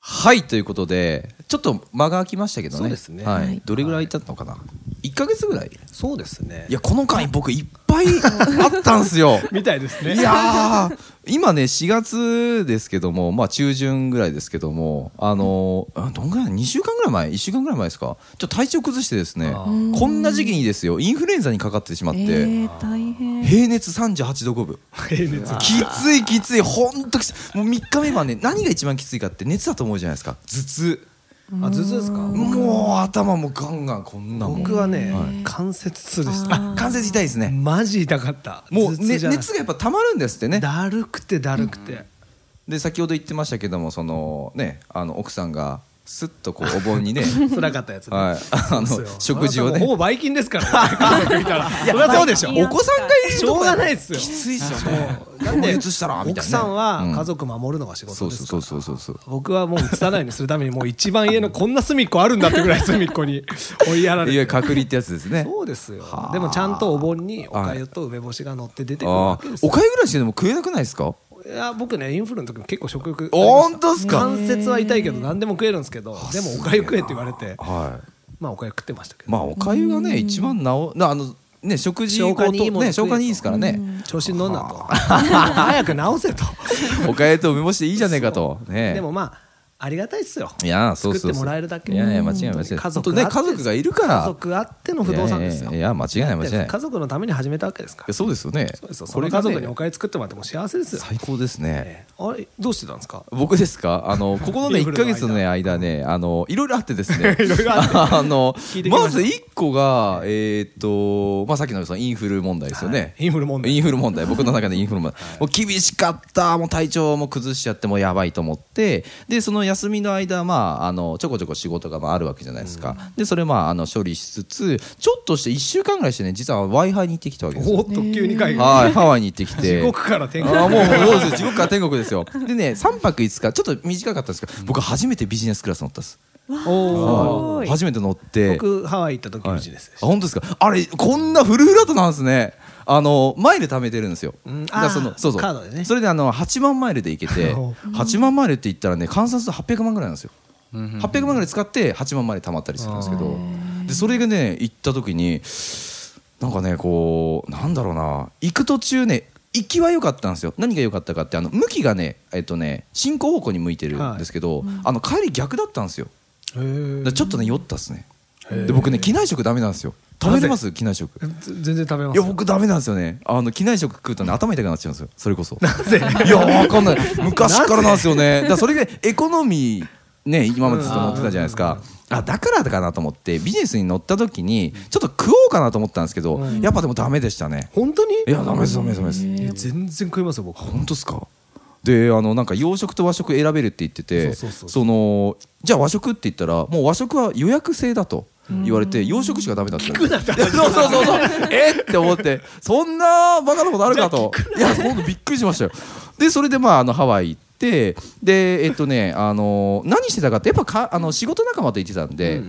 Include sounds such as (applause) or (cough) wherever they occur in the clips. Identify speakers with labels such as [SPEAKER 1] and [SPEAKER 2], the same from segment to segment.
[SPEAKER 1] はいということでちょっと間が空きましたけどね
[SPEAKER 2] そうですね
[SPEAKER 1] はい
[SPEAKER 2] はい
[SPEAKER 1] どれぐらい経ったのかな、一1か月ぐらいい
[SPEAKER 2] そうですね。
[SPEAKER 1] やこの間僕いっ (laughs) ぱいあったんすよ
[SPEAKER 3] みたいですね。
[SPEAKER 1] いやー今ね4月ですけども、まあ、中旬ぐらいですけどもあのーあどんぐらい2週間ぐらい前1週間ぐらい前ですかちょっと体調崩してですね
[SPEAKER 2] あ
[SPEAKER 1] こんな時期にですよインフルエンザにかかってしまって、
[SPEAKER 4] えー、大変
[SPEAKER 1] 平熱38度5分
[SPEAKER 3] 平熱
[SPEAKER 1] きついきついほんときついもう3日目はね何が一番きついかって熱だと思うじゃないですか頭痛
[SPEAKER 2] あ頭痛ですか。
[SPEAKER 1] もう頭もガンガンこんなもん
[SPEAKER 2] 僕はね、
[SPEAKER 1] はい
[SPEAKER 2] 関節痛でした。
[SPEAKER 1] あ関節痛いですね
[SPEAKER 3] マジ痛かった。
[SPEAKER 1] もう、
[SPEAKER 3] 頭痛
[SPEAKER 1] ね、
[SPEAKER 3] じゃない
[SPEAKER 1] 熱がやっぱたまるんですってね
[SPEAKER 3] だるくてだるくて。
[SPEAKER 1] で先ほど言ってましたけどもそのねあの奥さんがすっとこうお盆
[SPEAKER 3] (laughs)
[SPEAKER 1] にね
[SPEAKER 3] 辛かったやつね。
[SPEAKER 1] はいあ
[SPEAKER 3] そう
[SPEAKER 1] の
[SPEAKER 3] ですよ
[SPEAKER 1] 食事を
[SPEAKER 3] あなたもほ
[SPEAKER 1] ね
[SPEAKER 3] ぼばい菌ですからね。家族いたら。そりゃそうでしょ。
[SPEAKER 4] ばい菌
[SPEAKER 1] お子さんがいる
[SPEAKER 3] し
[SPEAKER 1] と
[SPEAKER 3] ょうが
[SPEAKER 1] か
[SPEAKER 3] ないですよ
[SPEAKER 1] き。ついっすよね
[SPEAKER 3] だって
[SPEAKER 1] もう移したらみたいなね
[SPEAKER 3] 奥さんは家族守るのが仕事
[SPEAKER 1] そう
[SPEAKER 3] です
[SPEAKER 1] そ
[SPEAKER 3] か
[SPEAKER 1] う
[SPEAKER 3] ら。
[SPEAKER 1] そうそうそう
[SPEAKER 3] 僕はもう映さないようにするためにもう一番家のこんな隅っこあるんだってぐらい隅っこに追いやら
[SPEAKER 1] いわ
[SPEAKER 3] れ
[SPEAKER 1] ゆる
[SPEAKER 3] て
[SPEAKER 1] 隔離ってやつですね
[SPEAKER 3] そうですよ
[SPEAKER 1] はあ
[SPEAKER 3] でもちゃんとお盆におかゆと梅干しが乗って出てくるわ
[SPEAKER 1] あ
[SPEAKER 3] けです
[SPEAKER 1] ー
[SPEAKER 3] よ
[SPEAKER 1] おかゆぐらいしかでも食えなくないですか
[SPEAKER 3] いや僕ねインフルの時も結構食欲
[SPEAKER 1] 本当っすか
[SPEAKER 3] 関節は痛いけど何でも食えるんですけどでもおかゆ食えって言われて
[SPEAKER 1] はい
[SPEAKER 3] まあおかゆ食ってましたけど、
[SPEAKER 1] まあおかゆがね一番なおなあのね食事
[SPEAKER 3] 消化
[SPEAKER 1] こう
[SPEAKER 3] にいいもの
[SPEAKER 1] ね
[SPEAKER 3] 食えと
[SPEAKER 1] 消化にいいですからね
[SPEAKER 3] 調子に乗んなと (laughs) 早く治せと
[SPEAKER 1] (laughs) おかゆと梅干しでいいじゃねえかとね
[SPEAKER 3] でもまあありがたいっすよ
[SPEAKER 1] いやーそうそうそう
[SPEAKER 3] 作ってもらえるだけ
[SPEAKER 1] いやいや間違いない間違いない
[SPEAKER 3] 家
[SPEAKER 1] 本当
[SPEAKER 3] 族
[SPEAKER 1] ね
[SPEAKER 3] あって
[SPEAKER 1] 家族がいるから
[SPEAKER 3] 家族あっての不動産ですよ
[SPEAKER 1] いやいやいや間違いない間違いない
[SPEAKER 3] だって家族のために始めたわけですから
[SPEAKER 1] えそうですよね
[SPEAKER 3] そうですよそ
[SPEAKER 1] こ
[SPEAKER 3] の
[SPEAKER 1] れが
[SPEAKER 3] 家
[SPEAKER 1] ね
[SPEAKER 3] 族にお金作ってもらっても幸せですよ、
[SPEAKER 1] 最高ですね
[SPEAKER 3] ええあれどうしてたんですか
[SPEAKER 1] 僕ですかあ
[SPEAKER 3] (laughs)
[SPEAKER 1] のここのね
[SPEAKER 3] インフ
[SPEAKER 1] 1
[SPEAKER 3] ルの
[SPEAKER 1] か
[SPEAKER 3] 間
[SPEAKER 1] 月のね間ねあのいろいろあってですね
[SPEAKER 3] (laughs) いろいろあっ
[SPEAKER 1] (laughs)
[SPEAKER 3] て
[SPEAKER 1] あの
[SPEAKER 3] 聞いてきました
[SPEAKER 1] まず1個がえっとまあさっきのそのインフル問題ですよね
[SPEAKER 3] インフル問題
[SPEAKER 1] インフル問題僕の中でインフル問題、もう厳しかったもう体調も崩しちゃってもうやばいと思ってでその休みの間、まあ、あのちょこちょこ仕事がまああるわけじゃないですか、でそれまああの処理しつつちょっとして1週間ぐらいしてね実は w i f i に行ってきたわけですよ
[SPEAKER 3] おっと急に海外
[SPEAKER 1] はいハワイに行ってきて
[SPEAKER 3] 地獄から転
[SPEAKER 1] あー
[SPEAKER 3] 校
[SPEAKER 1] もうもうそうですよ地獄から天国ですよでね3泊5日ちょっと短かったんですけど僕初めてビジネスクラス乗ったんです
[SPEAKER 3] お
[SPEAKER 1] はい初めて乗って
[SPEAKER 3] 僕ハワイ行った時無事です、
[SPEAKER 1] あ本当ですかあれこんなフルフラットなんですねあのマイル貯めてるんですよ、
[SPEAKER 3] ん
[SPEAKER 1] だからそ
[SPEAKER 3] あ
[SPEAKER 1] の
[SPEAKER 3] ー
[SPEAKER 1] そうそう
[SPEAKER 3] カードでね
[SPEAKER 1] それであの8万マイルで行けて
[SPEAKER 3] (laughs) お
[SPEAKER 1] 8万マイルって言ったらね換算すると800万ぐらいなんですよ800万ぐらい使って8万マイル貯まったりするんですけどでそれがね行った時になんかねこうなんだろうな行く途中ね行きは良かったんですよ何が良かったかってあの向きがねえっとね進行方向に向いてるんですけど、あの帰り逆だったんですよ
[SPEAKER 3] へー
[SPEAKER 1] だからちょっとね酔ったっすねで僕ね機内食ダメなんですよ食べれます機内食
[SPEAKER 3] ぜ全然食べま
[SPEAKER 1] い
[SPEAKER 3] す
[SPEAKER 1] や
[SPEAKER 3] よ
[SPEAKER 1] 僕ダメなんですよねあの機内食食うとね頭痛くなっちゃうんですよそれこそなぜいやわかんない昔からなんですよねだからそれでエコノミーね今までずっと乗ってたじゃないですかあだからかなと思ってビジネスに乗った時にちょっと食おうかなと思ったんですけど、やっぱでもダメでしたね
[SPEAKER 3] 本当に
[SPEAKER 1] いやダメですダメですダメです
[SPEAKER 3] え全然食いますよ僕
[SPEAKER 1] 本当ですかであのなんか洋食と和食選べるって言ってて
[SPEAKER 3] そうそうそう
[SPEAKER 1] そのじゃあ和食って言ったらもう和食は予約制だと言われて洋食しかダメだったんですよいやそうそうそうそう
[SPEAKER 3] (laughs)
[SPEAKER 1] えっって思ってそんなバカなことあるかといやほんとびっくりしましたよでそれでまああのハワイ行ってでえっとねあの何してたかってやっぱかあの仕事仲間と行ってたんで、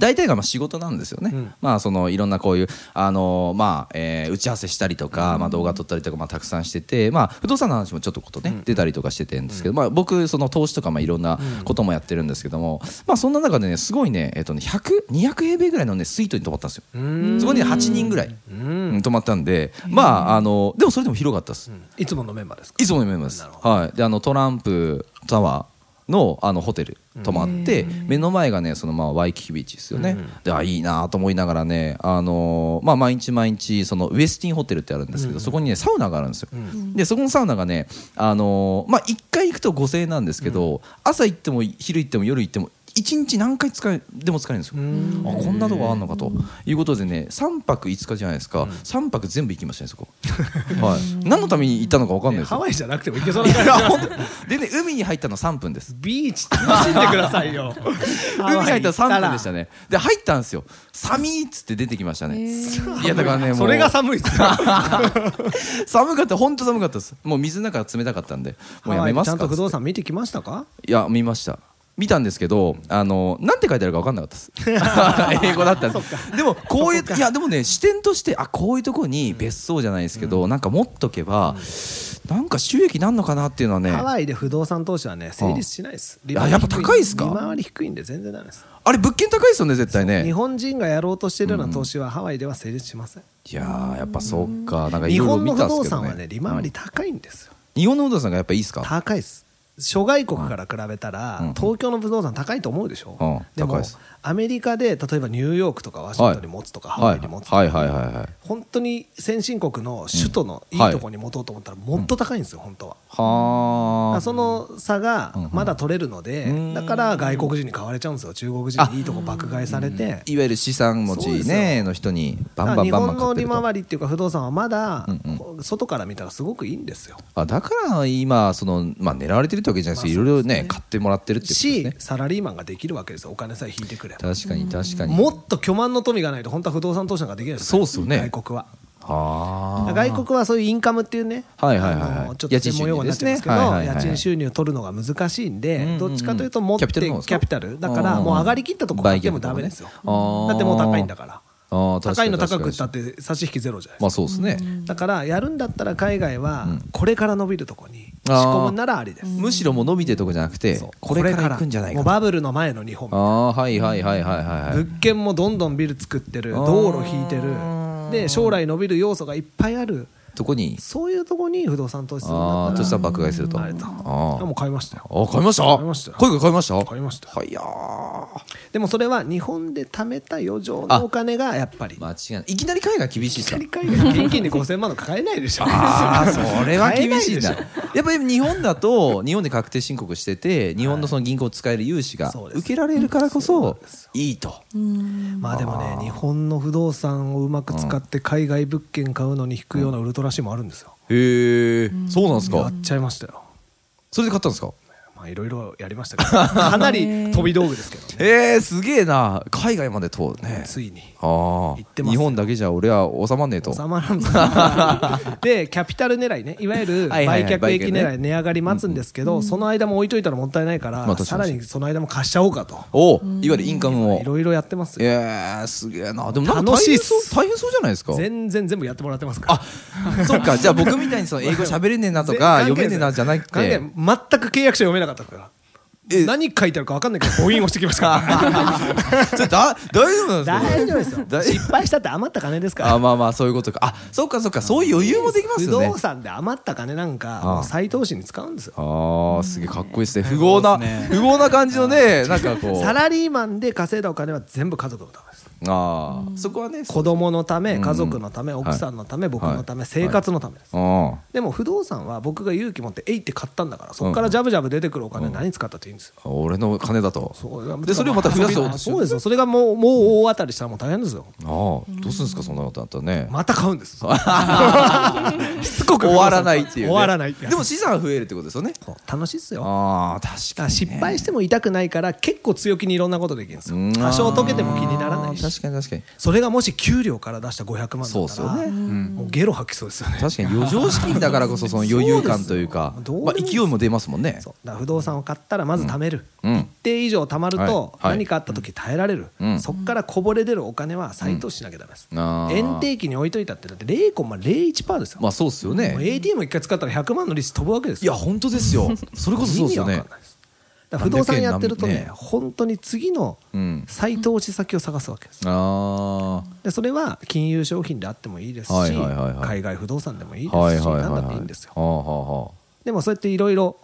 [SPEAKER 1] 大体がまあ仕事なんですよね、
[SPEAKER 3] うん
[SPEAKER 1] まあそのいろんなこういうあのまあ、えー打ち合わせしたりとか、まあ動画撮ったりとかまあたくさんしててまあ不動産の話もちょっとことね、出たりとかしててんですけど、まあ僕その投資とかまあいろんなこともやってるんですけども、まあそんな中でねすごいねえっとね100200平米ぐらいのねスイートに泊まったんですよ。
[SPEAKER 3] うん
[SPEAKER 1] そこに8人ぐらい、うん泊まったんで、まああのでもそれでも広かったです。
[SPEAKER 3] いつものメンバーですか
[SPEAKER 1] いつものメンバーです。はい。で、あのトランプタワーのあのホテル泊まって、目の前がねそのまあワイキキビーチですよね。で、あいいなと思いながらね、あのーまあ毎日毎日そのウェスティンホテルってあるんですけど、そこにねサウナがあるんですよ。で、そこのサウナがね、あのーまあ一回行くと5000円なんですけど、朝行っても昼行っても夜行っても一日何回使えでも使えるんですよ
[SPEAKER 3] ん
[SPEAKER 1] あこんなとこあんのかということでね3泊5日じゃないですか、三3泊全部行きましたねそこ、はい、何のために行ったのか分かんないです
[SPEAKER 3] ハ
[SPEAKER 1] よ
[SPEAKER 3] ワイじゃなくても行けそう
[SPEAKER 1] (laughs)
[SPEAKER 3] な感
[SPEAKER 1] で
[SPEAKER 3] じ
[SPEAKER 1] ね海に入ったの3分です
[SPEAKER 3] ビーチ楽しんでくださいよ
[SPEAKER 1] 海に入ったの3分でした
[SPEAKER 3] ね
[SPEAKER 1] ねで入ったんですよ寒いっつって出てきましたねいやだからねもう
[SPEAKER 3] それが寒いっすよ
[SPEAKER 1] 寒かった本当寒かったですもう水の中が冷たかったんでもうやめます
[SPEAKER 3] ちゃ
[SPEAKER 1] か
[SPEAKER 3] んと不動産見てきましたか
[SPEAKER 1] いや見ました見たんですけどあのなんて書いてあるか分かんなか
[SPEAKER 3] (laughs)
[SPEAKER 1] ったです英語だったんででもこういういやでもね視点としてあこういうとこに別荘じゃないですけど、なんか持っとけば、なんか収益なんのかなっていうのはね
[SPEAKER 3] ハワイで不動産投資はね成立しないです
[SPEAKER 1] んあやっぱ高いっすか
[SPEAKER 3] 利回り低いんで全然ダメです
[SPEAKER 1] あれ物件高いですよね絶対ね
[SPEAKER 3] 日本人がやろうとしてるような投資はハワイでは成立しません
[SPEAKER 1] いやーやっぱそうかなんかい
[SPEAKER 3] 日
[SPEAKER 1] ろいろ
[SPEAKER 3] 本の
[SPEAKER 1] 見
[SPEAKER 3] 不
[SPEAKER 1] たんです
[SPEAKER 3] 動
[SPEAKER 1] けど
[SPEAKER 3] 産
[SPEAKER 1] ね
[SPEAKER 3] はね利回
[SPEAKER 1] う
[SPEAKER 3] り
[SPEAKER 1] ん
[SPEAKER 3] 高いんですよ
[SPEAKER 1] 日本の不動産がやっぱいいですか
[SPEAKER 3] 高いです諸外国から比べたら、
[SPEAKER 1] うん
[SPEAKER 3] 東京の不動産高いと思うでしょ、
[SPEAKER 1] うん
[SPEAKER 3] で
[SPEAKER 1] 高い
[SPEAKER 3] も
[SPEAKER 1] です
[SPEAKER 3] アメリカで例えばニューヨークとかワシントンに持つとか、ハワイに持つとか、
[SPEAKER 1] はいはいはいはいはい
[SPEAKER 3] 本当に先進国の首都のいいとこに持とうと思ったらもっと高いんですよ、本当は。
[SPEAKER 1] は
[SPEAKER 3] だから
[SPEAKER 1] あ
[SPEAKER 3] その差がまだ取れるので、
[SPEAKER 1] うん
[SPEAKER 3] だから外国人に買われちゃうんですよ中国人にいいとこ爆買いされて、
[SPEAKER 1] いわゆる資産持ち
[SPEAKER 3] そうです
[SPEAKER 1] ねの人に
[SPEAKER 3] だか
[SPEAKER 1] バンバ
[SPEAKER 3] ら日
[SPEAKER 1] ンバンバ
[SPEAKER 3] 本
[SPEAKER 1] ン買
[SPEAKER 3] の
[SPEAKER 1] って
[SPEAKER 3] 利
[SPEAKER 1] ると
[SPEAKER 3] 回りっていうか不動産はまだ
[SPEAKER 1] うんうん
[SPEAKER 3] こう外から見たらすごくいいんですよ、
[SPEAKER 1] あだから今その、まあ、狙われてるってわけじゃないですけど、
[SPEAKER 3] まあ
[SPEAKER 1] いろいろ
[SPEAKER 3] そうですね
[SPEAKER 1] ね買ってもらってるってことです
[SPEAKER 3] し
[SPEAKER 1] ね
[SPEAKER 3] サラリーマンができるわけですよお金さえ引いてくれば
[SPEAKER 1] 確かに確かに
[SPEAKER 3] もっと巨万の富がないと本当は不動産投資なんかできないです
[SPEAKER 1] そうっすよね
[SPEAKER 3] 外国は
[SPEAKER 1] はあ
[SPEAKER 3] 外国はそういうインカムっていうね
[SPEAKER 1] はいはいはいはい
[SPEAKER 3] あのちょっと専門用語になっちゃうんですけど
[SPEAKER 1] 家賃収入ですねはいはい
[SPEAKER 3] 家
[SPEAKER 1] はい
[SPEAKER 3] 賃収入取るのが難しいん
[SPEAKER 1] うんうんう
[SPEAKER 3] で
[SPEAKER 1] ん
[SPEAKER 3] どっちかというと持って
[SPEAKER 1] キャピ
[SPEAKER 3] キ
[SPEAKER 1] タルの方ですか
[SPEAKER 3] ャピタルだか
[SPEAKER 1] うんうん
[SPEAKER 3] ら
[SPEAKER 1] うん
[SPEAKER 3] もう上がりきったとこ買ってもダメですよ
[SPEAKER 1] 売却とかねあー
[SPEAKER 3] だってもう高いんだから
[SPEAKER 1] あー確
[SPEAKER 3] 高
[SPEAKER 1] か
[SPEAKER 3] い
[SPEAKER 1] に
[SPEAKER 3] の高く
[SPEAKER 1] 確
[SPEAKER 3] っ
[SPEAKER 1] か
[SPEAKER 3] た
[SPEAKER 1] に
[SPEAKER 3] って差し引きゼロじゃない
[SPEAKER 1] ま
[SPEAKER 3] で
[SPEAKER 1] あ
[SPEAKER 3] すか
[SPEAKER 1] そうですね、
[SPEAKER 3] だからやるんだったら海外は
[SPEAKER 1] ん
[SPEAKER 3] これから伸びるとこに仕
[SPEAKER 1] あー
[SPEAKER 3] 込むならありです
[SPEAKER 1] むしろもう伸びてるとこじゃなくて
[SPEAKER 3] そう
[SPEAKER 1] これから行くんじゃない
[SPEAKER 3] も
[SPEAKER 1] か
[SPEAKER 3] う
[SPEAKER 1] とあ
[SPEAKER 3] バブルの前の日本
[SPEAKER 1] あーはいはいはいはいはいはい
[SPEAKER 3] 物件もどんどんビル作ってる
[SPEAKER 1] あー
[SPEAKER 3] 道路引いてるで将来伸びる要素がいっぱいある
[SPEAKER 1] とこに
[SPEAKER 3] そういうとこに不動産投資するんだ
[SPEAKER 1] ああ
[SPEAKER 3] った
[SPEAKER 1] と
[SPEAKER 3] ら
[SPEAKER 1] したら爆買いすると
[SPEAKER 3] あ
[SPEAKER 1] あ
[SPEAKER 3] れだ
[SPEAKER 1] あ
[SPEAKER 3] あもう買いましたよ
[SPEAKER 1] あ買いました
[SPEAKER 3] 買いましたよ
[SPEAKER 1] 声が買いました
[SPEAKER 3] 買いました
[SPEAKER 1] はいやー
[SPEAKER 3] でもそれは日本で貯めた余剰のお金がやっぱり
[SPEAKER 1] 間違いないいきなり海外厳しいっすか
[SPEAKER 3] 借り換えで現金で5000万の買えないでしょ
[SPEAKER 1] ああ (laughs) それは厳しいな
[SPEAKER 3] 買えないで
[SPEAKER 1] やっぱり日本だと日本で確定申告してて日本のその銀行を使える融資が
[SPEAKER 3] そうです
[SPEAKER 1] 受けられるからこ
[SPEAKER 3] そう
[SPEAKER 1] そ
[SPEAKER 3] なんです
[SPEAKER 1] いいと
[SPEAKER 3] まあでもね日本の不動産をうまく使って海外物件買うのに引くようなウルトラシーもあるんですよ
[SPEAKER 1] へえそうなんです
[SPEAKER 3] や
[SPEAKER 1] か
[SPEAKER 3] っちゃいましたよ
[SPEAKER 1] それで買ったんですか
[SPEAKER 3] まあいろいろやりました
[SPEAKER 1] (laughs)
[SPEAKER 3] けどかなり飛び道具ですけどね
[SPEAKER 1] えー、すげえな海外までとね
[SPEAKER 3] ついに
[SPEAKER 1] ああ
[SPEAKER 3] 行ってますよ
[SPEAKER 1] 日本だけじゃ俺は収まんねえと
[SPEAKER 3] 収まら
[SPEAKER 1] (laughs)
[SPEAKER 3] んぞでキャピタル狙いねいわゆる
[SPEAKER 1] はい
[SPEAKER 3] 売
[SPEAKER 1] はいはい
[SPEAKER 3] 却益
[SPEAKER 1] 売却
[SPEAKER 3] 狙
[SPEAKER 1] ね
[SPEAKER 3] い値上がり待つんですけどその間も置いといたらもったいないか
[SPEAKER 1] まあ
[SPEAKER 3] ら
[SPEAKER 1] 確
[SPEAKER 3] さ
[SPEAKER 1] かに
[SPEAKER 3] らにその間も貸しちゃおうかと
[SPEAKER 1] おういわゆるインカムを
[SPEAKER 3] いろいろやってますよ
[SPEAKER 1] えー、すげえなでもなんか
[SPEAKER 3] 楽
[SPEAKER 1] 大
[SPEAKER 3] しい
[SPEAKER 1] 変
[SPEAKER 3] っす
[SPEAKER 1] そう大変そうじゃないですか
[SPEAKER 3] 全然全部やってもらってますから
[SPEAKER 1] あそっかじゃあ僕みたいにその英語喋れねえなとか
[SPEAKER 3] 全
[SPEAKER 1] 読め
[SPEAKER 3] 然関係
[SPEAKER 1] ねえなじゃなくて
[SPEAKER 3] 関係全く契約書読めなかったから
[SPEAKER 1] え
[SPEAKER 3] 何書いてあるか分かんないけど母音押してきましたから
[SPEAKER 1] (laughs) (laughs) それだ大丈夫なんですか
[SPEAKER 3] 大丈夫ですよ
[SPEAKER 1] 大
[SPEAKER 3] 失敗したって余った金ですから
[SPEAKER 1] あまあまあそういうことかあそうかそうかそういう余裕もできますよ
[SPEAKER 3] 不
[SPEAKER 1] ね
[SPEAKER 3] 動産で余った金なんか
[SPEAKER 1] あ
[SPEAKER 3] もう再投資に使うんですよ
[SPEAKER 1] ああすげえかっこいいですね不豪な不豪な感じのねなんかこう
[SPEAKER 3] サ
[SPEAKER 1] あ
[SPEAKER 3] ラリーマンで稼いだお金は全部家族のためです
[SPEAKER 1] あーそこはね
[SPEAKER 3] 子供のため
[SPEAKER 1] うん
[SPEAKER 3] 家族のため奥さんのため僕のため生活のためです
[SPEAKER 1] あ
[SPEAKER 3] でも不動産は僕が勇気持ってえいって買ったんだからそこからジャブジャブ出てくるお金何使ったっていいんですよ
[SPEAKER 1] あ俺の金だと
[SPEAKER 3] そう
[SPEAKER 1] でそれをまた増やそうとして
[SPEAKER 3] そうですよそれがもうもう大当たりしたらもう大変ですよ
[SPEAKER 1] ああどうするんですかそんなことあったらね
[SPEAKER 3] また買うんですしつこく
[SPEAKER 1] 終わらないっていうね
[SPEAKER 3] 終わらないって
[SPEAKER 1] でも資産増えるってことですよね
[SPEAKER 3] そう楽しいっすよだか
[SPEAKER 1] ああ確からに
[SPEAKER 3] 失敗しても痛くないから結構強気にいろんなことできるんです
[SPEAKER 1] うん
[SPEAKER 3] よ多少解けても気にならない
[SPEAKER 1] あ
[SPEAKER 3] し
[SPEAKER 1] ー確かに確かに
[SPEAKER 3] それがもし給料から出した500万
[SPEAKER 1] そうっ
[SPEAKER 3] だ
[SPEAKER 1] す
[SPEAKER 3] った
[SPEAKER 1] よ
[SPEAKER 3] ら
[SPEAKER 1] ね
[SPEAKER 3] もうゲロ吐きそうですよね
[SPEAKER 1] 確かに余剰資金だからこそその余裕感というか
[SPEAKER 3] (laughs) そうですよ
[SPEAKER 1] まあ勢いも出ますもんね
[SPEAKER 3] そうだから不動産を買ったらまず貯める、
[SPEAKER 1] うん
[SPEAKER 3] 一定以上貯まると
[SPEAKER 1] はいはい
[SPEAKER 3] 何かあった時耐えられる、
[SPEAKER 1] うん
[SPEAKER 3] そこからこぼれ出るお金は再投資しなきゃダメです、
[SPEAKER 1] うんあー
[SPEAKER 3] 円定期に置いといたってだって0コマ01パーですよ、
[SPEAKER 1] まあそうっすよ
[SPEAKER 3] もう
[SPEAKER 1] ね
[SPEAKER 3] ATM 一回使ったら100万の利子飛ぶわけです
[SPEAKER 1] いや
[SPEAKER 3] よ
[SPEAKER 1] 本当です
[SPEAKER 3] (laughs)
[SPEAKER 1] よそれこそそうですよ
[SPEAKER 3] 意味
[SPEAKER 1] ね
[SPEAKER 3] わかんないですだから不動産やってるとね
[SPEAKER 1] ね
[SPEAKER 3] 本当に次の
[SPEAKER 1] うん
[SPEAKER 3] 再投資先を探すわけです
[SPEAKER 1] ああ
[SPEAKER 3] でそれは金融商品であってもいいですし、
[SPEAKER 1] はいはいはいはい
[SPEAKER 3] 海外不動産でもいいですし、
[SPEAKER 1] はいはいはい
[SPEAKER 3] 何だっ
[SPEAKER 1] は
[SPEAKER 3] て
[SPEAKER 1] い
[SPEAKER 3] いいんですよ
[SPEAKER 1] はあは
[SPEAKER 3] でもそうやっていろいろ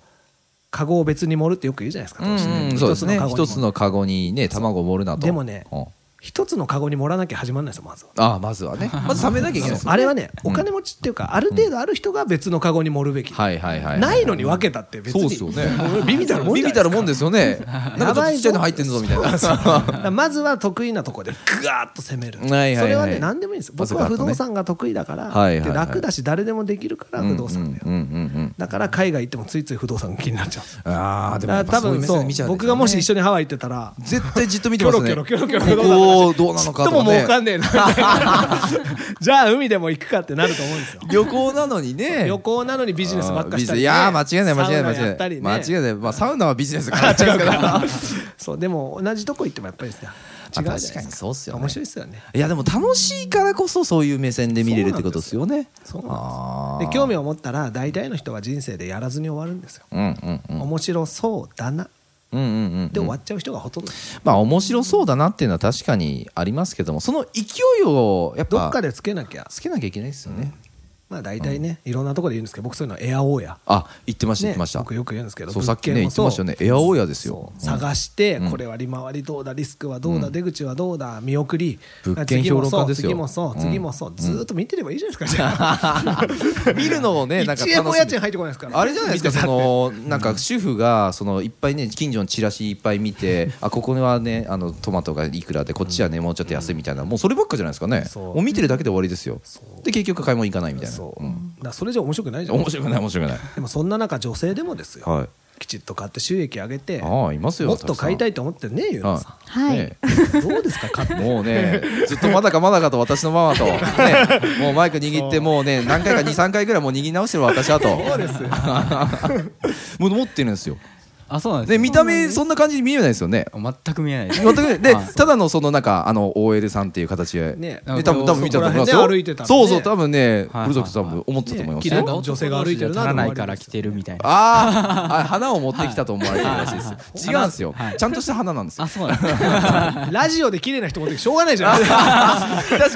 [SPEAKER 3] カゴを別に盛るってよく言うじゃないですか
[SPEAKER 1] あはあ、うんうん、そうですね一つのカゴにね卵を盛るなと
[SPEAKER 3] でもね
[SPEAKER 1] うん
[SPEAKER 3] 一つのカゴに盛らなきゃ始まんないですよまずは
[SPEAKER 1] ああまずは
[SPEAKER 3] (laughs)
[SPEAKER 1] ねまず貯めなきゃいけないですよ
[SPEAKER 3] あれはねお金持ちっていうかある程度ある人が別のカゴに盛るべき
[SPEAKER 1] はいはいはい
[SPEAKER 3] ないのに分けたって別
[SPEAKER 1] そう
[SPEAKER 3] に
[SPEAKER 1] ですよ
[SPEAKER 3] (laughs)
[SPEAKER 1] ね
[SPEAKER 3] ビビたるもん
[SPEAKER 1] ビビ
[SPEAKER 3] じゃないで
[SPEAKER 1] た
[SPEAKER 3] す
[SPEAKER 1] る
[SPEAKER 3] か
[SPEAKER 1] もんですよね
[SPEAKER 3] (laughs)
[SPEAKER 1] なんかちょっとちっちゃいの入ってんぞみたいな
[SPEAKER 3] だからまずは得意なとこでぐわーっと攻める、
[SPEAKER 1] はいはいはい
[SPEAKER 3] それはね何でもいいんですよ僕は不動産が得意だから、
[SPEAKER 1] はいはいはい
[SPEAKER 3] で楽だし誰でもできるから不動産だよ、
[SPEAKER 1] うんうんうん
[SPEAKER 3] だから海外行ってもついつい不動産が気になっちゃうんですよ
[SPEAKER 1] うんああでもや
[SPEAKER 3] だ
[SPEAKER 1] っ
[SPEAKER 3] か
[SPEAKER 1] ぱ
[SPEAKER 3] ら多
[SPEAKER 1] そういう目線で
[SPEAKER 3] 分そう
[SPEAKER 1] 見ちゃうんで
[SPEAKER 3] 僕
[SPEAKER 1] しょ
[SPEAKER 3] が
[SPEAKER 1] うね
[SPEAKER 3] もし一緒にハワイ行ってたら
[SPEAKER 1] 絶対じっと見て
[SPEAKER 3] キ
[SPEAKER 1] ま
[SPEAKER 3] ョロ
[SPEAKER 1] す
[SPEAKER 3] キ
[SPEAKER 1] ね
[SPEAKER 3] ョロキョロキョロ
[SPEAKER 1] ここをどうなのか
[SPEAKER 3] と
[SPEAKER 1] と
[SPEAKER 3] も
[SPEAKER 1] か
[SPEAKER 3] 儲
[SPEAKER 1] ね
[SPEAKER 3] かんねえなみたいなじゃあ海でも行くかってなると思うんですよ
[SPEAKER 1] 旅行なのにね
[SPEAKER 3] 旅行なのにビジネスばっかしたり、ね、
[SPEAKER 1] いやー間違いない間違いない
[SPEAKER 3] サウナやった
[SPEAKER 1] 間違
[SPEAKER 3] り
[SPEAKER 1] い
[SPEAKER 3] ね
[SPEAKER 1] ない間違いないまあサウナはビジネスから違うから
[SPEAKER 3] (laughs) そうでも同じとこ行ってもやっぱりですね違うじゃないです
[SPEAKER 1] 確かにそうっすよね
[SPEAKER 3] 面白いですよね
[SPEAKER 1] いやでも楽しいからこそそういう目線で見れるってことですよね
[SPEAKER 3] そう
[SPEAKER 1] あ
[SPEAKER 3] で
[SPEAKER 1] ー
[SPEAKER 3] 興味を持ったら大体の人は人生でやらずに終わるんですよ、
[SPEAKER 1] うんうんうん
[SPEAKER 3] 面白そうだな
[SPEAKER 1] うんうんうん
[SPEAKER 3] で終わっちゃう人がほとんどです、
[SPEAKER 1] まあ面白そうだなっていうのは確かにありますけどもその勢いをやっ
[SPEAKER 3] どっ
[SPEAKER 1] ぱ
[SPEAKER 3] かでつけなきゃ
[SPEAKER 1] つけなきゃいけないですよね
[SPEAKER 3] まあ大体ね、いろんなところで言うんですけど僕そういうのエアオーヤ
[SPEAKER 1] あ言ってました言
[SPEAKER 3] ね
[SPEAKER 1] ってました
[SPEAKER 3] 僕よく言うんですけど
[SPEAKER 1] そうさっきね
[SPEAKER 3] 物件もそう
[SPEAKER 1] 言ってましたよねエアオーヤですよ
[SPEAKER 3] そう
[SPEAKER 1] うん
[SPEAKER 3] 探して、
[SPEAKER 1] うん
[SPEAKER 3] これは利回りどうだリスクはどうだ、出口はどうだ見送り
[SPEAKER 1] 物件評論家ですよ
[SPEAKER 3] 次もそう次もそう、次もそうずーっと見てればいいじゃないですか、
[SPEAKER 1] 見るのを (laughs) ねなんか
[SPEAKER 3] 1円も
[SPEAKER 1] 楽し
[SPEAKER 3] 家
[SPEAKER 1] み
[SPEAKER 3] 賃入ってこないですから
[SPEAKER 1] あれじゃないですか
[SPEAKER 3] 見て
[SPEAKER 1] そ
[SPEAKER 3] たって
[SPEAKER 1] のなんか主婦がそのいっぱいね近所のチラシいっぱい見てあここはねあのトマトがいくらでこっちはねもうちょっと安いみたいなもうそればっかじゃないですかね
[SPEAKER 3] そ
[SPEAKER 1] も
[SPEAKER 3] う
[SPEAKER 1] う見てるだけで終わりですよで結局買い物行かないみたいな
[SPEAKER 3] そう、
[SPEAKER 1] うん
[SPEAKER 3] だからそれじゃ面白くないじゃん
[SPEAKER 1] 面白くない面白くない
[SPEAKER 3] でもそんな中女性でもですよ、
[SPEAKER 1] はい
[SPEAKER 3] きちっと買って収益上げて
[SPEAKER 1] ああいますよ
[SPEAKER 3] もっと買いた
[SPEAKER 1] い
[SPEAKER 3] いと思ってねゆうのさ
[SPEAKER 1] は
[SPEAKER 4] はいい
[SPEAKER 1] ね
[SPEAKER 3] んどうですか買って (laughs)
[SPEAKER 1] もうねずっとまだかまだかと私のママとねもうマイク握ってもうね何回か23回ぐらいもう握り直してる私あと
[SPEAKER 3] そうですよ
[SPEAKER 1] (laughs) もう持ってるんですよ
[SPEAKER 5] あそうなんです
[SPEAKER 1] で
[SPEAKER 5] ね
[SPEAKER 1] 見た目そんな感じに見えないですよね
[SPEAKER 5] 全く見えないです
[SPEAKER 1] 全くねで
[SPEAKER 5] はい
[SPEAKER 1] ただのそのなんかあの OL さんっていう形で、
[SPEAKER 3] ね
[SPEAKER 1] で多分多分見たと思います
[SPEAKER 3] そこ
[SPEAKER 1] よ。
[SPEAKER 3] ら辺ね歩いてたらね
[SPEAKER 1] そうそう多分ね、
[SPEAKER 5] はい
[SPEAKER 1] ブルゾクさんも思ってたと思います
[SPEAKER 3] ね
[SPEAKER 5] な
[SPEAKER 1] よ
[SPEAKER 5] ん。か
[SPEAKER 3] 女
[SPEAKER 5] 女
[SPEAKER 3] 性
[SPEAKER 5] 性
[SPEAKER 3] が
[SPEAKER 5] が
[SPEAKER 3] 歩
[SPEAKER 5] 歩
[SPEAKER 3] い
[SPEAKER 5] い
[SPEAKER 3] て
[SPEAKER 5] て
[SPEAKER 3] る
[SPEAKER 5] る
[SPEAKER 3] な
[SPEAKER 5] な
[SPEAKER 3] と思われる
[SPEAKER 5] ないから来てるみたいな
[SPEAKER 1] あーあ、花を持ってきたと思われてるらしいです。違
[SPEAKER 5] はい
[SPEAKER 1] うんですよ
[SPEAKER 5] は。い
[SPEAKER 1] ちゃんとした花なんですよ
[SPEAKER 5] あ。そうなんです
[SPEAKER 3] ラジオで綺麗な人持ってきてしょうがないじゃないですか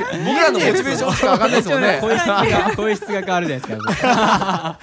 [SPEAKER 1] 確かに僕らのモチベーションしかわかんないですもんね。
[SPEAKER 5] (laughs) 声質が声質が変わるじゃないですか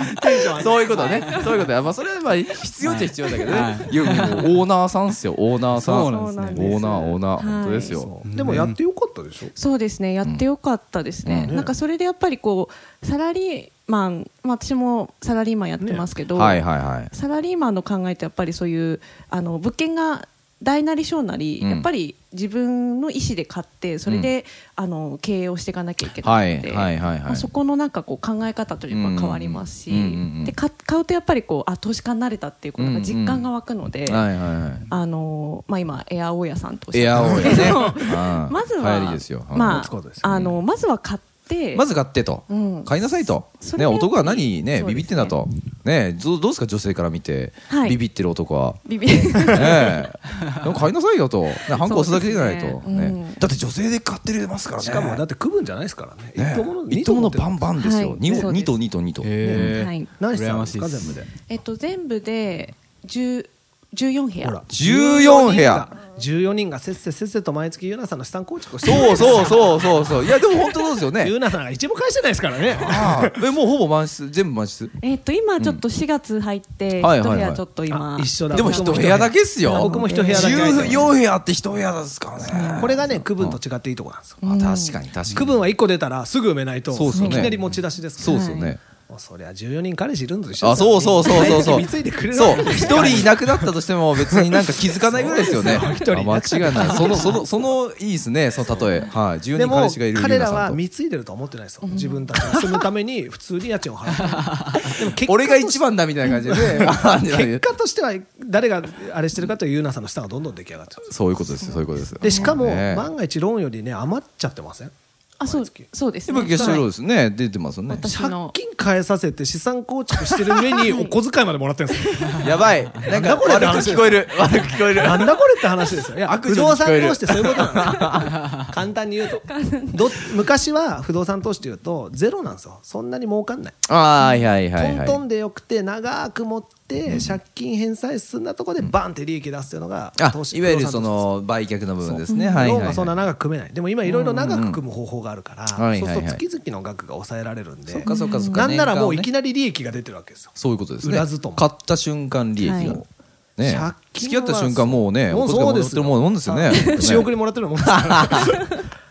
[SPEAKER 1] (laughs) そういうことね。そういうことね。まあそれはまあ必要っちゃ必要だけど
[SPEAKER 5] は
[SPEAKER 1] ね。いやもうオーナーさんですよ。オーナーさん。
[SPEAKER 5] そ
[SPEAKER 1] オ
[SPEAKER 5] う
[SPEAKER 1] ー
[SPEAKER 5] なんです
[SPEAKER 1] ナ
[SPEAKER 5] ね
[SPEAKER 1] ーオーナー
[SPEAKER 4] はい
[SPEAKER 1] 本当ですよ。
[SPEAKER 3] でもやってよかったでしょ
[SPEAKER 4] そうですねやってよかったですね、なんかそれでやっぱりこうサラリーマン、まあ、私もサラリーマンやってますけど、
[SPEAKER 1] はいはいはい。
[SPEAKER 4] サラリーマンの考えってやっぱりそういうあの物件が大なり小なり、
[SPEAKER 1] うん
[SPEAKER 4] やっぱり自分の意思で買ってそれで、あの経営をしていかなきゃいけないので、
[SPEAKER 1] はいはいはいはい
[SPEAKER 4] まあそこのなんかこう考え方というか変わりますし、
[SPEAKER 1] うんうんうん
[SPEAKER 4] でか買うとやっぱりこうあ投資家になれたっていうこと
[SPEAKER 1] うんう
[SPEAKER 4] が
[SPEAKER 1] ん
[SPEAKER 4] 実感が湧くので、
[SPEAKER 1] はいはいはい。
[SPEAKER 4] あのまあ、今エアオーヤさんとおっし
[SPEAKER 1] エ
[SPEAKER 4] ゃ
[SPEAKER 1] ア
[SPEAKER 4] っ
[SPEAKER 1] オ
[SPEAKER 4] たん
[SPEAKER 1] ー
[SPEAKER 4] (laughs) で
[SPEAKER 1] ヤ
[SPEAKER 4] す
[SPEAKER 1] ね
[SPEAKER 4] けど。
[SPEAKER 1] うん。
[SPEAKER 4] まずは、
[SPEAKER 1] 流行りですよ。うん
[SPEAKER 4] ま
[SPEAKER 3] 持つことです
[SPEAKER 4] あ、あのまずは買って
[SPEAKER 1] まず買ってと、
[SPEAKER 4] うん
[SPEAKER 1] 買いなさいと、
[SPEAKER 4] そ
[SPEAKER 1] ね、
[SPEAKER 4] れで
[SPEAKER 1] 男は何、ね
[SPEAKER 4] そうですね
[SPEAKER 1] ビビってんだと、ね、どどうですか、女性から見て、
[SPEAKER 4] はい
[SPEAKER 1] ビビってる男
[SPEAKER 4] (laughs)
[SPEAKER 1] は。
[SPEAKER 4] ビビ
[SPEAKER 1] ねえ、でも買いなさいよと、ね、ハンコ押すだけじゃないと、
[SPEAKER 4] そうです
[SPEAKER 1] ね
[SPEAKER 4] ねうん
[SPEAKER 1] だって女性で買ってれますからね。
[SPEAKER 3] しかもだって区分じゃないですからね
[SPEAKER 1] ね
[SPEAKER 3] 一等物
[SPEAKER 1] 一等ものバン
[SPEAKER 3] ン
[SPEAKER 1] バンですよ、
[SPEAKER 4] はい
[SPEAKER 1] 二
[SPEAKER 4] そう
[SPEAKER 1] 2
[SPEAKER 4] です
[SPEAKER 1] と2と2と、
[SPEAKER 5] へ
[SPEAKER 4] (laughs) はい
[SPEAKER 3] 何してたんで
[SPEAKER 5] 羨まし
[SPEAKER 3] す
[SPEAKER 5] い
[SPEAKER 3] か
[SPEAKER 5] で
[SPEAKER 3] 全
[SPEAKER 5] す
[SPEAKER 3] 部で
[SPEAKER 4] えっと、全部で10 14部屋
[SPEAKER 3] ほら
[SPEAKER 1] 14部屋
[SPEAKER 3] 14人がせっせせっせと毎月ゆなさんの資産構築をして
[SPEAKER 1] そうそう
[SPEAKER 3] う
[SPEAKER 1] そうそうそういやでも本当そうですよね
[SPEAKER 3] ゆなさんが一部返してないですからね
[SPEAKER 1] ああえもうほぼ満室全部満室
[SPEAKER 4] えっと、今ちょっと4月入って、
[SPEAKER 1] はい
[SPEAKER 4] 1
[SPEAKER 1] はいはい
[SPEAKER 4] 部屋ちょっと今、
[SPEAKER 3] あ一緒だ
[SPEAKER 1] でも
[SPEAKER 3] 僕
[SPEAKER 1] 一部屋だけっすよ
[SPEAKER 3] 僕も一部屋だけ
[SPEAKER 1] 14部屋って一部屋ですからね
[SPEAKER 3] これがね区分と違っていいとこなんですよ
[SPEAKER 1] あ確かに確かに
[SPEAKER 3] 区分は1個出たらすぐ埋めないと
[SPEAKER 1] そうですよ
[SPEAKER 3] い
[SPEAKER 1] ね
[SPEAKER 3] きなり持ち出しですか
[SPEAKER 1] そう
[SPEAKER 3] ら
[SPEAKER 1] ですよね、
[SPEAKER 3] もうそりゃ14人彼氏いるのと一緒
[SPEAKER 1] あ、そうそうそう
[SPEAKER 3] (laughs)
[SPEAKER 1] そうそう。
[SPEAKER 3] 見ついてくれる
[SPEAKER 1] そう、一人いなくなったとしても、別になんか気づかないぐらいですよね。
[SPEAKER 3] (laughs) そうですよ一人いなくなっ
[SPEAKER 1] あ間
[SPEAKER 3] た
[SPEAKER 1] 違いない。その、その、その、いいですね、その例え。はい、十
[SPEAKER 3] で
[SPEAKER 1] 人
[SPEAKER 3] も
[SPEAKER 1] 彼氏がいる。
[SPEAKER 3] 彼
[SPEAKER 1] ゆうな
[SPEAKER 3] ら
[SPEAKER 1] さ
[SPEAKER 3] は
[SPEAKER 1] んと。
[SPEAKER 3] 貢いでるとは思ってないですよ自分たちが住むために普通に家賃を払
[SPEAKER 1] (laughs)
[SPEAKER 3] ってでも結果として
[SPEAKER 1] 俺が一番だみたいな感じでね (laughs) あ
[SPEAKER 3] 結果としては誰があれしてるかというユナさんの資産がどんどん出来上がってる
[SPEAKER 1] そういうことですよ。そういうことですよ。
[SPEAKER 3] でしかも
[SPEAKER 1] ね
[SPEAKER 3] 万が一ローンよりね余っちゃってません
[SPEAKER 4] あそうそうです
[SPEAKER 1] やっぱ
[SPEAKER 4] ね。
[SPEAKER 1] 決勝ロール
[SPEAKER 4] はい
[SPEAKER 1] ですね、出てますよね。
[SPEAKER 4] 私
[SPEAKER 3] 借
[SPEAKER 4] の
[SPEAKER 3] 金返させて資産構築してる上にお小遣いまでもらってるんですよ
[SPEAKER 1] やばい、なんか
[SPEAKER 3] なんだこれ
[SPEAKER 1] 悪く聞こえる、悪く聞こえる。
[SPEAKER 3] なんだこれって話ですよいや
[SPEAKER 1] 悪
[SPEAKER 3] 不
[SPEAKER 1] 事に聞こ
[SPEAKER 3] 動
[SPEAKER 1] え
[SPEAKER 3] 産
[SPEAKER 1] る
[SPEAKER 3] 投資ってそういうことな
[SPEAKER 1] (laughs)
[SPEAKER 3] んですよ簡単に言うとど昔は不動産投資っていうとゼロなんですよそんなに儲かんない
[SPEAKER 1] あー、はいはいはいは
[SPEAKER 3] トント
[SPEAKER 1] い。
[SPEAKER 3] ンでよくて長く持って借金返済進んだところでバンって利益出すっていうのが
[SPEAKER 1] あ
[SPEAKER 3] 投、資
[SPEAKER 1] いわゆる
[SPEAKER 3] 不動
[SPEAKER 1] そ
[SPEAKER 3] 産投
[SPEAKER 1] の
[SPEAKER 3] 資
[SPEAKER 1] 売却の部分ですね。はい
[SPEAKER 3] ロー
[SPEAKER 1] は
[SPEAKER 3] ン
[SPEAKER 1] いは。
[SPEAKER 3] がそんない長く組めないでも今いろいろ長く組む方法があるから、
[SPEAKER 1] はいはいはい
[SPEAKER 3] そうすると月々の額が抑えられるんで、
[SPEAKER 1] そっかそっかそっか。
[SPEAKER 3] なんならもう
[SPEAKER 1] 年間をね
[SPEAKER 3] いきなり利益が出てるわけですよ
[SPEAKER 1] そういうことですね。
[SPEAKER 3] 売らずとも
[SPEAKER 1] 買った瞬間利益が、
[SPEAKER 4] はい
[SPEAKER 1] ね
[SPEAKER 3] 借金は
[SPEAKER 1] 付き合った瞬間もうね
[SPEAKER 3] も
[SPEAKER 1] お
[SPEAKER 3] う
[SPEAKER 1] 小遣い
[SPEAKER 3] そう
[SPEAKER 1] もら
[SPEAKER 3] で
[SPEAKER 1] っ
[SPEAKER 3] す
[SPEAKER 1] てるもんですよね
[SPEAKER 3] はい仕送
[SPEAKER 1] ね
[SPEAKER 3] りもらって
[SPEAKER 1] (laughs)
[SPEAKER 3] るもんですか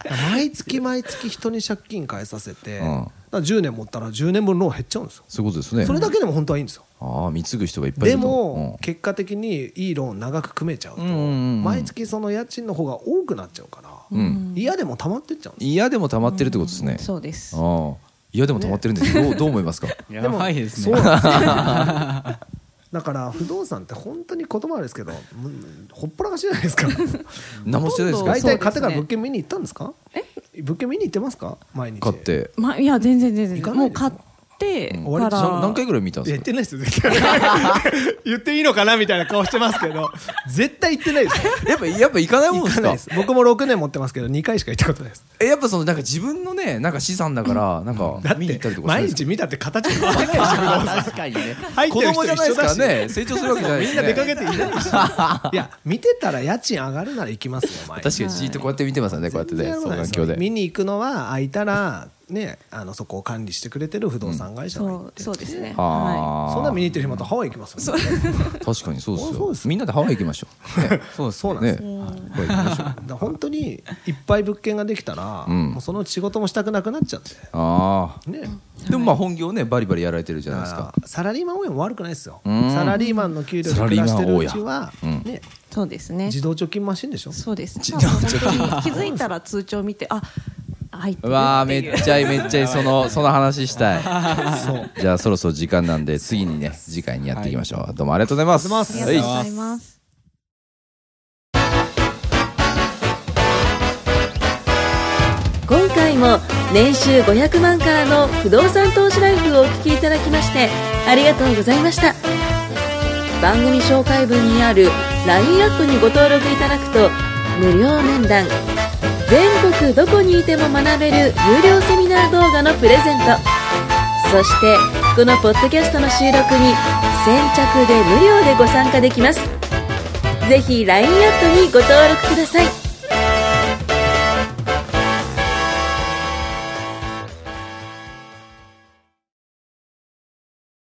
[SPEAKER 3] ら毎月毎月人に借金返させて、
[SPEAKER 1] うん
[SPEAKER 3] だから10年持ったら10年分ローン減っちゃうんですよ、
[SPEAKER 1] そういうことですね
[SPEAKER 3] それだけでも本当はいいんですよ
[SPEAKER 1] ああ貢ぐ人がいっぱいい
[SPEAKER 3] で
[SPEAKER 1] ると
[SPEAKER 3] も、結果的にいいローン長く組めちゃうと、
[SPEAKER 1] うんうんうんうん
[SPEAKER 3] 毎月その家賃の方が多くなっちゃうから、
[SPEAKER 1] うんうん
[SPEAKER 3] 嫌でも溜まってっちゃうんですよ
[SPEAKER 1] 嫌でも溜まってるってことですね
[SPEAKER 4] そうです。
[SPEAKER 1] ああ嫌でも溜まってるんですけどどうどう思いますか
[SPEAKER 5] やばいです
[SPEAKER 3] そう
[SPEAKER 5] ね。
[SPEAKER 3] なんですよ (laughs) だから不動産って本当に言葉ですけどうんほっぽらかしじゃないですか
[SPEAKER 1] 何もしてないですか
[SPEAKER 3] 大
[SPEAKER 4] ほとんどそうです
[SPEAKER 3] 体
[SPEAKER 4] ね
[SPEAKER 3] 買ってから物件見に行ったんですか物件見に行ってますか毎日
[SPEAKER 1] 買って
[SPEAKER 4] まあいや全然全然
[SPEAKER 3] 行かな
[SPEAKER 4] も
[SPEAKER 3] いうでしょ
[SPEAKER 4] 買って
[SPEAKER 1] うん
[SPEAKER 4] から
[SPEAKER 1] な何回ぐらい見たん
[SPEAKER 3] い
[SPEAKER 1] で
[SPEAKER 3] や
[SPEAKER 1] す
[SPEAKER 3] 行っ
[SPEAKER 1] か
[SPEAKER 3] てないですよ絶
[SPEAKER 4] (laughs)
[SPEAKER 3] 対言っていいのかなみたいな顔してますけど絶対行ってないですよ
[SPEAKER 1] やっぱやっぱ行かないもん
[SPEAKER 3] 行
[SPEAKER 1] で
[SPEAKER 3] か
[SPEAKER 1] す
[SPEAKER 3] ない
[SPEAKER 1] か
[SPEAKER 3] です僕も6年持ってますけど2回しか行ったことないです
[SPEAKER 1] えやっぱそのなんか自分のねなんか資産だからなんか
[SPEAKER 3] だっ
[SPEAKER 1] 見に行ったり
[SPEAKER 3] て
[SPEAKER 1] とかしない
[SPEAKER 3] 毎
[SPEAKER 1] です
[SPEAKER 3] 日
[SPEAKER 1] か
[SPEAKER 3] 見たって形変わらないでしょ
[SPEAKER 5] 確かにね。
[SPEAKER 3] 入っ
[SPEAKER 1] (laughs)
[SPEAKER 3] て
[SPEAKER 1] 子
[SPEAKER 3] る
[SPEAKER 1] 供じ
[SPEAKER 3] 人
[SPEAKER 1] ゃないで
[SPEAKER 3] 一緒
[SPEAKER 1] すか
[SPEAKER 3] だ
[SPEAKER 1] ら
[SPEAKER 3] し
[SPEAKER 1] ね成長するわけじゃないで
[SPEAKER 3] み
[SPEAKER 1] す
[SPEAKER 3] ん
[SPEAKER 1] ね
[SPEAKER 3] な出かけていないしいや見てたら家賃上がるなら行きますよ毎日
[SPEAKER 1] 確かにじーっとこうやって見てますよねこうやって
[SPEAKER 3] 全然
[SPEAKER 1] ね双
[SPEAKER 3] やることないで
[SPEAKER 1] 眼
[SPEAKER 3] す
[SPEAKER 1] 鏡で
[SPEAKER 3] 見に行くのは空いたらねあのそこを管理してくれてる不動産会社
[SPEAKER 4] そ
[SPEAKER 3] が行っ
[SPEAKER 4] う
[SPEAKER 3] て
[SPEAKER 4] そうですね。は
[SPEAKER 1] ああ
[SPEAKER 3] そんな見に行ってる暇とハワイ行きますもんね
[SPEAKER 1] 確かにそうです
[SPEAKER 3] あそう
[SPEAKER 1] よ
[SPEAKER 3] です
[SPEAKER 1] みんなでハワイ行きましょ
[SPEAKER 3] (laughs)
[SPEAKER 1] うねそうです
[SPEAKER 3] そうなんで
[SPEAKER 1] ね
[SPEAKER 3] す
[SPEAKER 1] ハワイ行きましょう
[SPEAKER 3] だから本当にいっぱい物件ができたら、
[SPEAKER 1] うん
[SPEAKER 3] もうそのうち仕事もしたくなくなっちゃって
[SPEAKER 1] ああ
[SPEAKER 3] ね
[SPEAKER 1] でもまあ本業ねバリバリやられてるじゃないです
[SPEAKER 3] だ
[SPEAKER 1] か
[SPEAKER 3] からサラリーマン応援も悪くないですよ
[SPEAKER 1] うん
[SPEAKER 3] サラリーマンの給料で暮らしてるうちは
[SPEAKER 1] サラリーマン大家うん
[SPEAKER 3] ね
[SPEAKER 4] い。そうですね。
[SPEAKER 3] 自動貯金マシンでしょ
[SPEAKER 4] そうです。まあ
[SPEAKER 1] (laughs)
[SPEAKER 4] 本当に気づいたら通帳見てあ入って
[SPEAKER 1] う
[SPEAKER 4] る
[SPEAKER 1] わあ
[SPEAKER 4] って
[SPEAKER 1] め
[SPEAKER 4] いう
[SPEAKER 1] っちゃいいめっちゃいいそのその話したい
[SPEAKER 3] (laughs) そう
[SPEAKER 1] じゃあそろそろ時間なんで次にね次回にやっていきましょうどうもありがとうございます
[SPEAKER 4] あ
[SPEAKER 1] は
[SPEAKER 4] りがとう
[SPEAKER 1] い
[SPEAKER 4] ございます。
[SPEAKER 6] 今回も年収500万からの不動産投資ライフをお聞きいただきましてありがとうございました番組紹介文にある LINE アップにご登録いただくと無料面談全国どこにいても学べる有料セミナー動画のプレゼントそしてこのポッドキャストの収録に先着で無料でご参加できますぜひ LINE アップにご登録ください